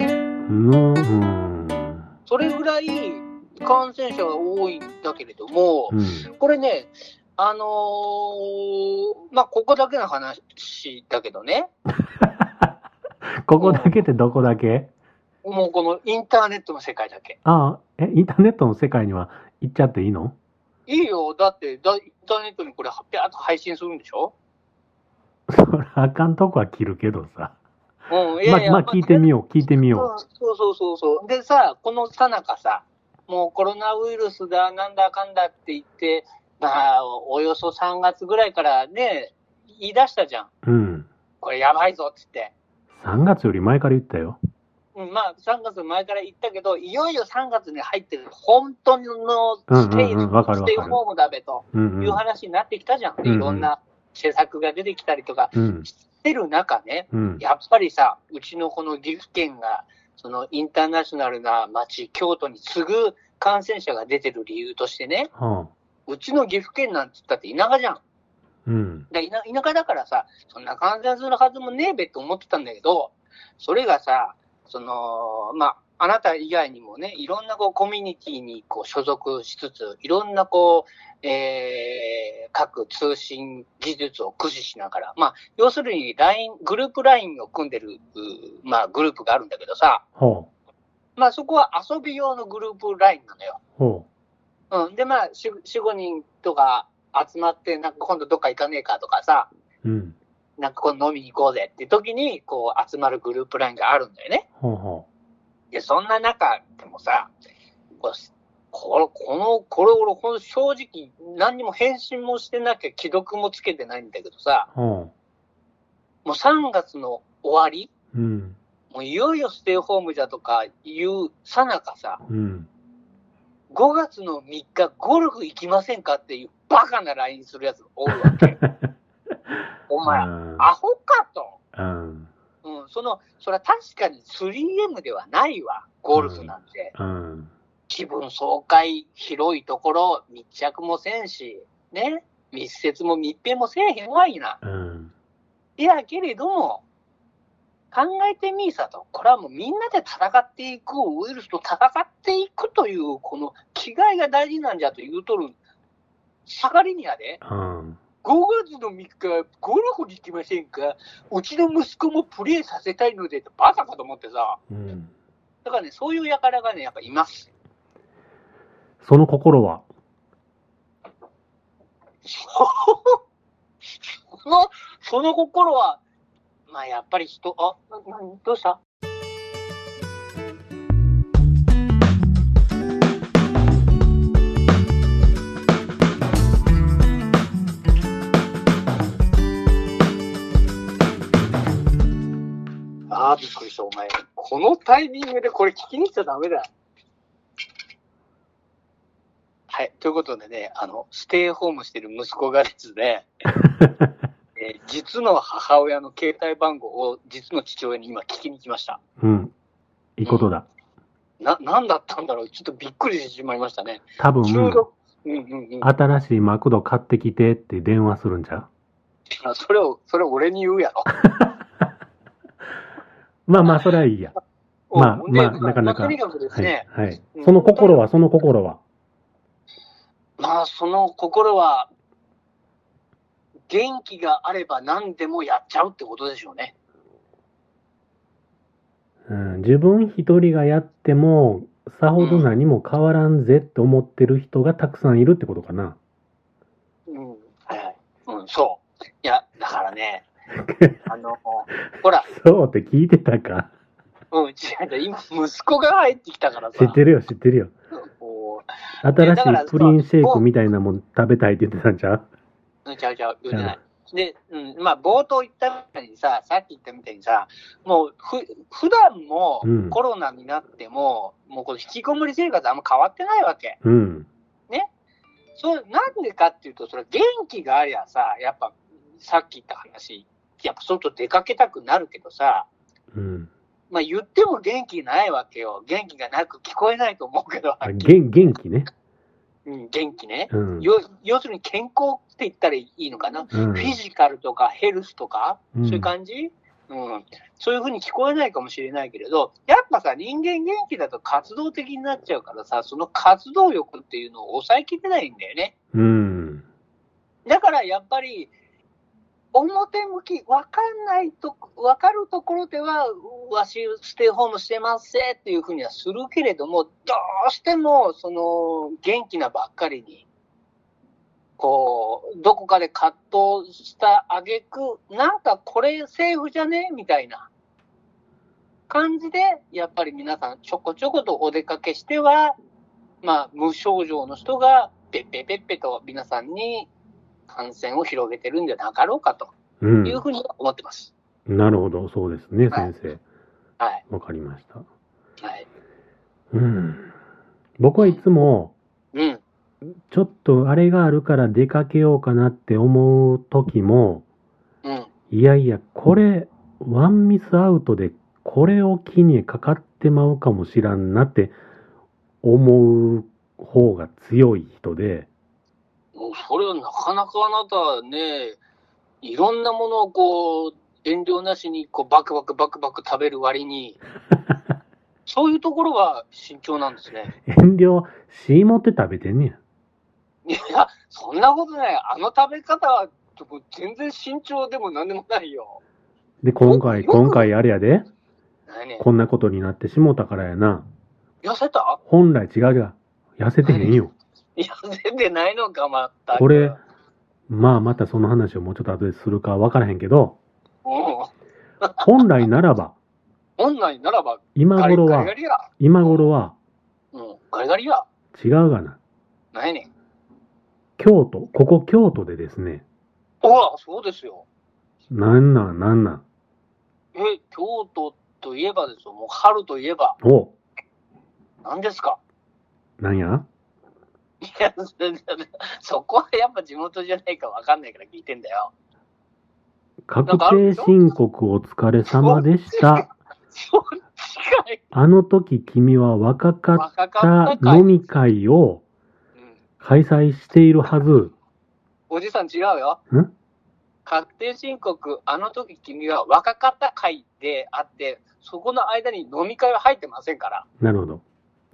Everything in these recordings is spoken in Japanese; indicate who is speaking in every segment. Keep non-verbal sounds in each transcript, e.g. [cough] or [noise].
Speaker 1: の、うん。
Speaker 2: それぐらい感染者が多いんだけれども、
Speaker 1: うん。
Speaker 2: これね、あのーまあ、ここだけの話だけどね、
Speaker 1: ここだけってどこだけ
Speaker 2: もうこのインターネットの世界だけ。
Speaker 1: ああ、え、インターネットの世界には行っちゃっていいの [laughs]
Speaker 2: いいよ、だってだインターネットにこれ、ぴゃーっと配信するんでしょ
Speaker 1: そりゃあかんとこは切るけどさ。
Speaker 2: うん、
Speaker 1: まあ、まあ、聞いてみ
Speaker 2: よ
Speaker 1: よう、聞いてみ
Speaker 2: う
Speaker 1: よ
Speaker 2: んそうそうそうそう。でさ、このさなかさ、もうコロナウイルスだ、なんだかんだって言って、まあ、およそ3月ぐらいからね、言い出したじゃん。
Speaker 1: う。うん。
Speaker 2: これやばいぞって言って。
Speaker 1: 3月より前から言ったよ。
Speaker 2: うん、まあ、3月の前から言ったけど、いよいよ3月に入ってる、本当の
Speaker 1: うん
Speaker 2: ステイ
Speaker 1: うんわかるわかる
Speaker 2: ステイホームだべと
Speaker 1: うんう
Speaker 2: い
Speaker 1: ん
Speaker 2: う。話になってきたじゃん。
Speaker 1: うん
Speaker 2: でいろんな施策が出てきたりとか
Speaker 1: うん。
Speaker 2: してる中ね、
Speaker 1: うん。
Speaker 2: やっぱりさ、うちのこの岐阜県が、そのインターナショナルな町、京都に次ぐ感染者が出てる理由としてね、
Speaker 1: はあ。
Speaker 2: うちの岐阜県なんて言ったって田舎じゃん。
Speaker 1: うん。
Speaker 2: で田田舎だからさ、そんな感染するはずもねえべって思ってたんだけど、それがさ、その、まあ、あなた以外にもね、いろんなこうコミュニティにこう所属しつつ、いろんなこう、えー、各通信技術を駆使しながら、まあ、要するに LINE、グループ LINE を組んでる、うまあ、グループがあるんだけどさ、
Speaker 1: ほ
Speaker 2: まあ、そこは遊び用のグループ LINE なのよ。
Speaker 1: う。ほ
Speaker 2: うん。で、まあ、4、5人とか集まって、なんか今度どっか行かねえかとかさ、
Speaker 1: う。うん。
Speaker 2: なんかこう飲みに行こうぜって時に、こう集まるグループラインがあるんだよね。
Speaker 1: ほうほ
Speaker 2: で、そんな中でもさ、こうこの、この、これ俺、ほんと正直何にも返信もしてなきゃ既読もつけてないんだけどさ、
Speaker 1: う。ほ
Speaker 2: もう3月の終わり、
Speaker 1: う。うん。
Speaker 2: もういよいよステイホームじゃとかいうさなかさ、
Speaker 1: うん。
Speaker 2: 5月の3日ゴルフ行きませんかっていうバカな LINE するやつがお
Speaker 1: [laughs]
Speaker 2: るわけ。お前、
Speaker 1: うん
Speaker 2: アホかと。
Speaker 1: うん。
Speaker 2: うん、その、それは確かに 3M ではないわ、ゴルフなんて。
Speaker 1: うん。
Speaker 2: 気分爽快、広いところ、密着もせんし、ね、密接も密閉もせえへんわいな。
Speaker 1: うん。
Speaker 2: いや、けれども、考えてみいさと、これはもうみんなで戦っていく、ウイルスと戦っていくという、この気概が大事なんじゃと言うとる、盛りにやで、
Speaker 1: うん。
Speaker 2: 5月の3日、ゴルフに行きませんかうちの息子もプレイさせたいのでって、バカかと思ってさ、
Speaker 1: うん。
Speaker 2: だからね、そういう輩がね、やっぱいます。
Speaker 1: その心は
Speaker 2: その、その心は、まあやっぱり人、あ、な、な、どうしたああ、びっくりした、お前。このタイミングでこれ聞きに行っちゃダメだよ。はい。ということでね、あの、ステイホームしてる息子がですね、えー実の母親の携帯番号を実の父親に今聞きに来ました。
Speaker 1: うん。いいことだ。
Speaker 2: な、なんだったんだろうちょっとびっくりしてしまいましたね。
Speaker 1: 多分、
Speaker 2: 収録、うんうんうん。あ
Speaker 1: 新しいマクド買ってきてって電話するんじゃう
Speaker 2: それを、それを俺に言うやろ。
Speaker 1: まあまあ、それはいいや。 [laughs] まあ
Speaker 2: うんで
Speaker 1: まあなかなか
Speaker 2: とにかくで
Speaker 1: は
Speaker 2: す
Speaker 1: い
Speaker 2: ね、。
Speaker 1: はい
Speaker 2: うん。
Speaker 1: その心は、その心は。
Speaker 2: まあその心は、元気があれば何でもやっちゃうってことでしょうね。
Speaker 1: うん、自分一人がやっても、さほど何も変わらんぜって思ってる人がたくさんいるってことかな。
Speaker 2: うん、はいはい。うん、そう。いや、だから
Speaker 1: [laughs]
Speaker 2: ね、あの、ほら、
Speaker 1: そうって聞いてたか。
Speaker 2: うん、違う違う、今、息子が入ってきたから
Speaker 1: 知
Speaker 2: さ
Speaker 1: っ、てるよ、知ってるよ。
Speaker 2: こ
Speaker 1: 新し
Speaker 2: だから
Speaker 1: いプリンシェイクみたいなもん食べたいって言ってたんちゃう
Speaker 2: う、うんちゃうちゃう、言うてない。で、うん、まあ、冒頭言ったみたいにさ、さっき言ったみたいにさ、もう、ふ、普段も
Speaker 1: うん
Speaker 2: コロナになっても、もうこの引きこもり生活あんま変わってないわけ。
Speaker 1: うん。
Speaker 2: そう、なんでかっていうと、それ元気がありゃさ、やっぱ、さっき言った話、やっぱ外出かけたくなるけどさ、
Speaker 1: うん。
Speaker 2: まあ言っても元気ないわけよ。元気がなく聞こえないと思うけど、は
Speaker 1: あ
Speaker 2: っきり
Speaker 1: 元元気ね。
Speaker 2: うん、元気ね、
Speaker 1: うん。
Speaker 2: よ。要するに健康って言ったらいいのかな。
Speaker 1: うん
Speaker 2: フィジカルとかヘルスとか、
Speaker 1: うん
Speaker 2: そういう感じ、うんうん、そういうふうに聞こえないかもしれないけれど、やっぱさ、人間元気だと活動的になっちゃうからさ、その活動欲っていうのを抑えきれないんだよね。
Speaker 1: うん。
Speaker 2: だからやっぱり、表向き、わかんないと、わかるところでは、わし、ステイホームしてますせっていうふうにはするけれども、どうしても、その、元気なばっかりに、こう、どこかで葛藤した挙句、なんかこれセーフじゃねみたいな感じで、やっぱり皆さんちょこちょことお出かけしては、まあ、無症状の人が、ぺっぺぺっぺと皆さんに感染を広げてるんじゃなかろうかと
Speaker 1: うん
Speaker 2: いうふうに思ってます。
Speaker 1: なるほど、そうですね、
Speaker 2: はい
Speaker 1: 先生。
Speaker 2: はい。
Speaker 1: わかりました。
Speaker 2: はい。
Speaker 1: うん。僕はいつも、
Speaker 2: うん。
Speaker 1: ちょっとあれがあるから出かけようかなって思う時も、
Speaker 2: うん。
Speaker 1: いやいや、これ、ワンミスアウトで、これを機にかかってまうかもしらんなって思う方が強い人で、
Speaker 2: もうそれはなかなかあなたはね、いろんなものをこう、遠慮なしにこうバクバクバクバク食べる
Speaker 1: [laughs]
Speaker 2: 割に、そういうところが慎重なんですね。
Speaker 1: 遠慮、しもって食べてんねや。
Speaker 2: いや、そんなことない。あの食べ方は、全然慎重でもなんでもないよ。
Speaker 1: で、今回、
Speaker 2: よくよく
Speaker 1: 今回あれやで、
Speaker 2: 何
Speaker 1: こんなことになってしもうたからやな。
Speaker 2: 痩せた
Speaker 1: 本来違う違う。痩せてへんよ。
Speaker 2: 痩せてないのか、まったく
Speaker 1: これ、まあまたその話をもうちょっと後でするかわからへんけど、
Speaker 2: うん。
Speaker 1: 本来ならば、
Speaker 2: 本来ならば、
Speaker 1: 今
Speaker 2: ガリ
Speaker 1: 頃
Speaker 2: ガリガ
Speaker 1: は、
Speaker 2: リや。
Speaker 1: 今頃は
Speaker 2: うん、ガリガリや。
Speaker 1: 違うがな。
Speaker 2: なんやねん。
Speaker 1: 京都、ここ京都でですね、
Speaker 2: おわ、そうですよ。
Speaker 1: なんなんなんなん。
Speaker 2: え、京都といえばですよ。もう春といえば、
Speaker 1: お、
Speaker 2: 何ですか [laughs]
Speaker 1: なんや
Speaker 2: いや、そそこはやっぱ地元じゃないかわかんないから聞いてんだよ。 [laughs]
Speaker 1: 確定申告お疲れ様でした。
Speaker 2: そっちかい。
Speaker 1: あの時君は若か
Speaker 2: 若
Speaker 1: っ
Speaker 2: かったたかい。
Speaker 1: 飲み会を
Speaker 2: うん
Speaker 1: 開催しているはず。
Speaker 2: おじさん違うよ。
Speaker 1: ん
Speaker 2: 確定申告、あの時君は若かった会であって、そこの間に飲み会は入ってませんから。
Speaker 1: なるほど。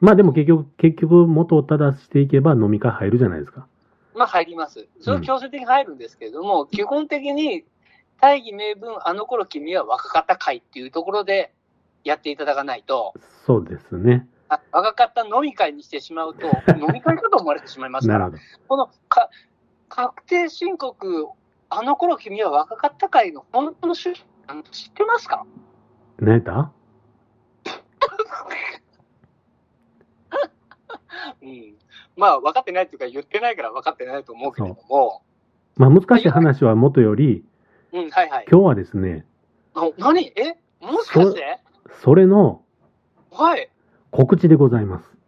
Speaker 1: まあでも結局、結局元を正していけば飲み会入るじゃないですか。
Speaker 2: まあ入ります。それは強制的に入るんですけれども、基本的に大義名分、あの頃君は若かった会っていうところでやっていただかないと、
Speaker 1: そうですね。
Speaker 2: あ若かった飲み会にしてしま
Speaker 1: [laughs]
Speaker 2: うと、飲み会だと思われてしまいますか
Speaker 1: なる
Speaker 2: ら
Speaker 1: ほ、ど。
Speaker 2: このか確定申告、あの頃君は若かった会の本当の趣旨、あの知ってますか
Speaker 1: 何やった
Speaker 2: うん、まあ分かってないっていうか、言ってないから分かってないと思うけれども、
Speaker 1: まあ難しい話はもとより、
Speaker 2: うん、はいはい。
Speaker 1: 今日はですね、
Speaker 2: あ何えもしかして
Speaker 1: それの
Speaker 2: はい。
Speaker 1: 告知でございます。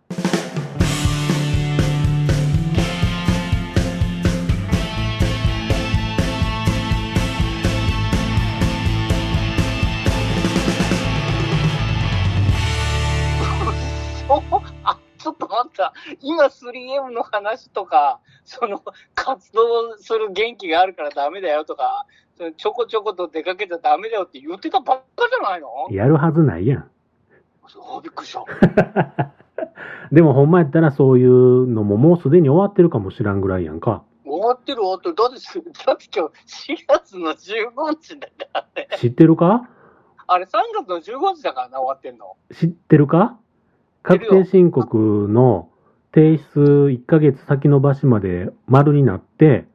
Speaker 2: そう [laughs] あちょっと待った、今 3M の話とか、その活動する元気があるからダメだよとか、そのちょこちょこと出かけちゃダメだよって言ってたばっかじゃないの
Speaker 1: やるはずないやん。
Speaker 2: そうびっくりした。
Speaker 1: でもほんまやったらそういうのももうすでに終わってるかもしらんぐらいやんか。
Speaker 2: 終わってる終わってる。だってす、だって今日4月の15日だからね。
Speaker 1: 知ってるか
Speaker 2: あれ3月の15日だからな、終わってんの。
Speaker 1: 知ってるか
Speaker 2: 知
Speaker 1: 確
Speaker 2: ってるよ
Speaker 1: 定申告の提出1ヶ月先延ばしまで丸になって、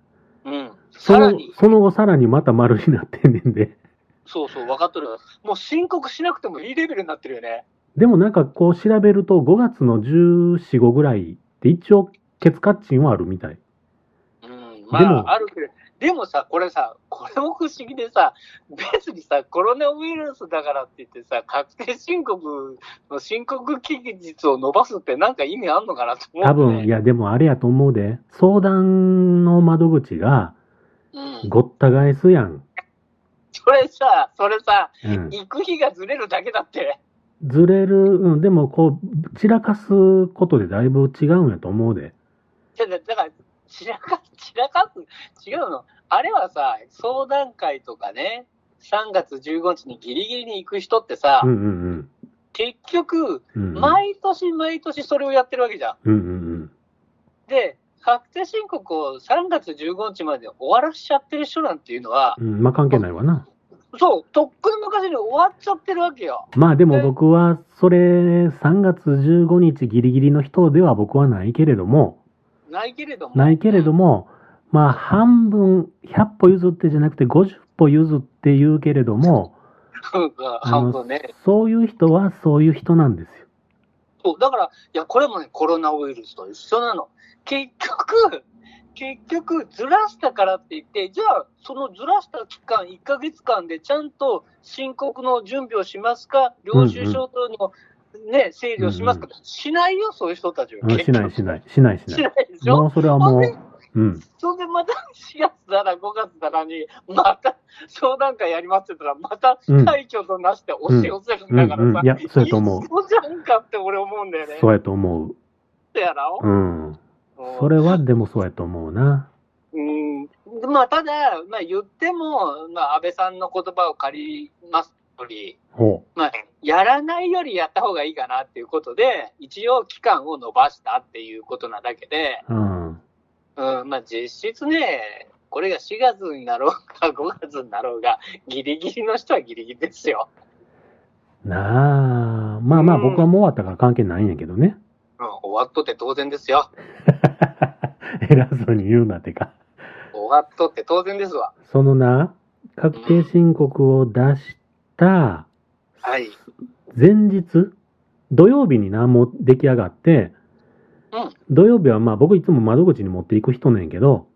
Speaker 2: うん。
Speaker 1: そ
Speaker 2: さら
Speaker 1: の
Speaker 2: に、
Speaker 1: その後さらにまた丸になってんねんで。
Speaker 2: そうそう、分かっとる。もう申告しなくてもいいレベルになってるよね。
Speaker 1: でもなんかこう調べると5月の14、5ぐらいって一応ケツカッチンはあるみたい。
Speaker 2: うんま
Speaker 1: でも
Speaker 2: あ、あるけど、でもさ、これさ、これも不思議でさ、別にさ、コロナウイルスだからって言ってさ、確定申告の申告期日を伸ばすってなんか意味あんのかなと思う、ね。
Speaker 1: 多分、いやでもあれやと思うで。相談の窓口が
Speaker 2: うん。
Speaker 1: ごった返すやん。
Speaker 2: それさ、それさ、
Speaker 1: うん、
Speaker 2: 行く日がずれるだけだって。
Speaker 1: ずれる、うん、でもこう、散らかすことでだいぶ違うんやと思うで。
Speaker 2: いやだだから、散らかす、散らかす、違うの。あれはさ、相談会とかね、 3月15日にギリギリに行く人ってさ、
Speaker 1: うんうん
Speaker 2: 結局、
Speaker 1: うん。
Speaker 2: 毎年毎年それをやってるわけじゃん。
Speaker 1: うんうん
Speaker 2: で、確定申告を3月15日まで終わらしちゃってる人なんていうのは、
Speaker 1: うん。うん、まあ関係ないわな。
Speaker 2: そう、とっくの昔に終わっちゃってるわけよ。
Speaker 1: まあでも僕は、それ、3月15日ギリギリの人では僕はないけれども、
Speaker 2: ないけれども。
Speaker 1: ないけれども、まあ半分、100歩譲ってじゃなくて50歩譲って言うけれども、
Speaker 2: [laughs] 半分ね。
Speaker 1: そういう人はそういう人なんですよ。
Speaker 2: そう、だから、いや、これもね、コロナウイルスと一緒なの。結局、結局、ずらしたからって言って、じゃあ、そのずらした期間、1ヶ月間でちゃんと申告の準備をしますか、領収書の、ね、整理をしますか、しないよ、そういう人たちは。
Speaker 1: うん、しないし
Speaker 2: い。
Speaker 1: ない、しないし
Speaker 2: し
Speaker 1: ない。
Speaker 2: ないでしょ
Speaker 1: もうそれはもう、うん。
Speaker 2: それでまた4月だな、5月だなに、また商談会やりますって言ったら、また
Speaker 1: うん
Speaker 2: 退去となして押し寄せるんだからさ、
Speaker 1: うんうんうんいやそうやと [laughs] 思う
Speaker 2: 一緒じゃんかって俺思うんだよね。
Speaker 1: そうやと思う。
Speaker 2: うやろ
Speaker 1: うん。
Speaker 2: うん
Speaker 1: それはでもそうやと思うな。
Speaker 2: うん、まあ、ただ、まあ、言っても、まあ、安倍さんの言葉を借りますより、
Speaker 1: ほ
Speaker 2: まあ、やらないよりやった方がいいかなっていうことで、一応期間を延ばしたっていうことなだけで、
Speaker 1: う。うん。
Speaker 2: うん、まあ、実質ね、これが4月になろうか5月 [laughs] になろうが、ギリギリの人はギリギリですよ。
Speaker 1: なあ。まあまあ
Speaker 2: うん
Speaker 1: 僕はもう終わったから関係ないんやけどね。 [laughs]
Speaker 2: うん、終わっとって当然ですよ。
Speaker 1: 偉そうに言うなってか。
Speaker 2: 終わっとって当然ですわ。
Speaker 1: そのな、確定申告を出した
Speaker 2: はい。
Speaker 1: 前日、土曜日にな、もう出来上がって、
Speaker 2: うん
Speaker 1: 土曜日はまあ僕いつも窓口に持っていく人なんやけど、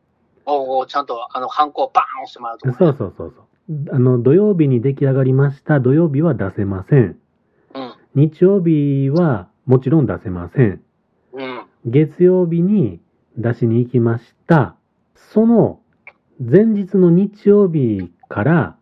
Speaker 2: おうおうちゃんと、あの、ハンコをバーン押してもらうと
Speaker 1: そう
Speaker 2: こ
Speaker 1: そ
Speaker 2: ね
Speaker 1: うそうそう。あの、土曜日に出来上がりました。土曜日は出せません。日曜日はもちろん出せません。
Speaker 2: うん。うん。
Speaker 1: 月曜日に出しに行きました。その前日の日曜日から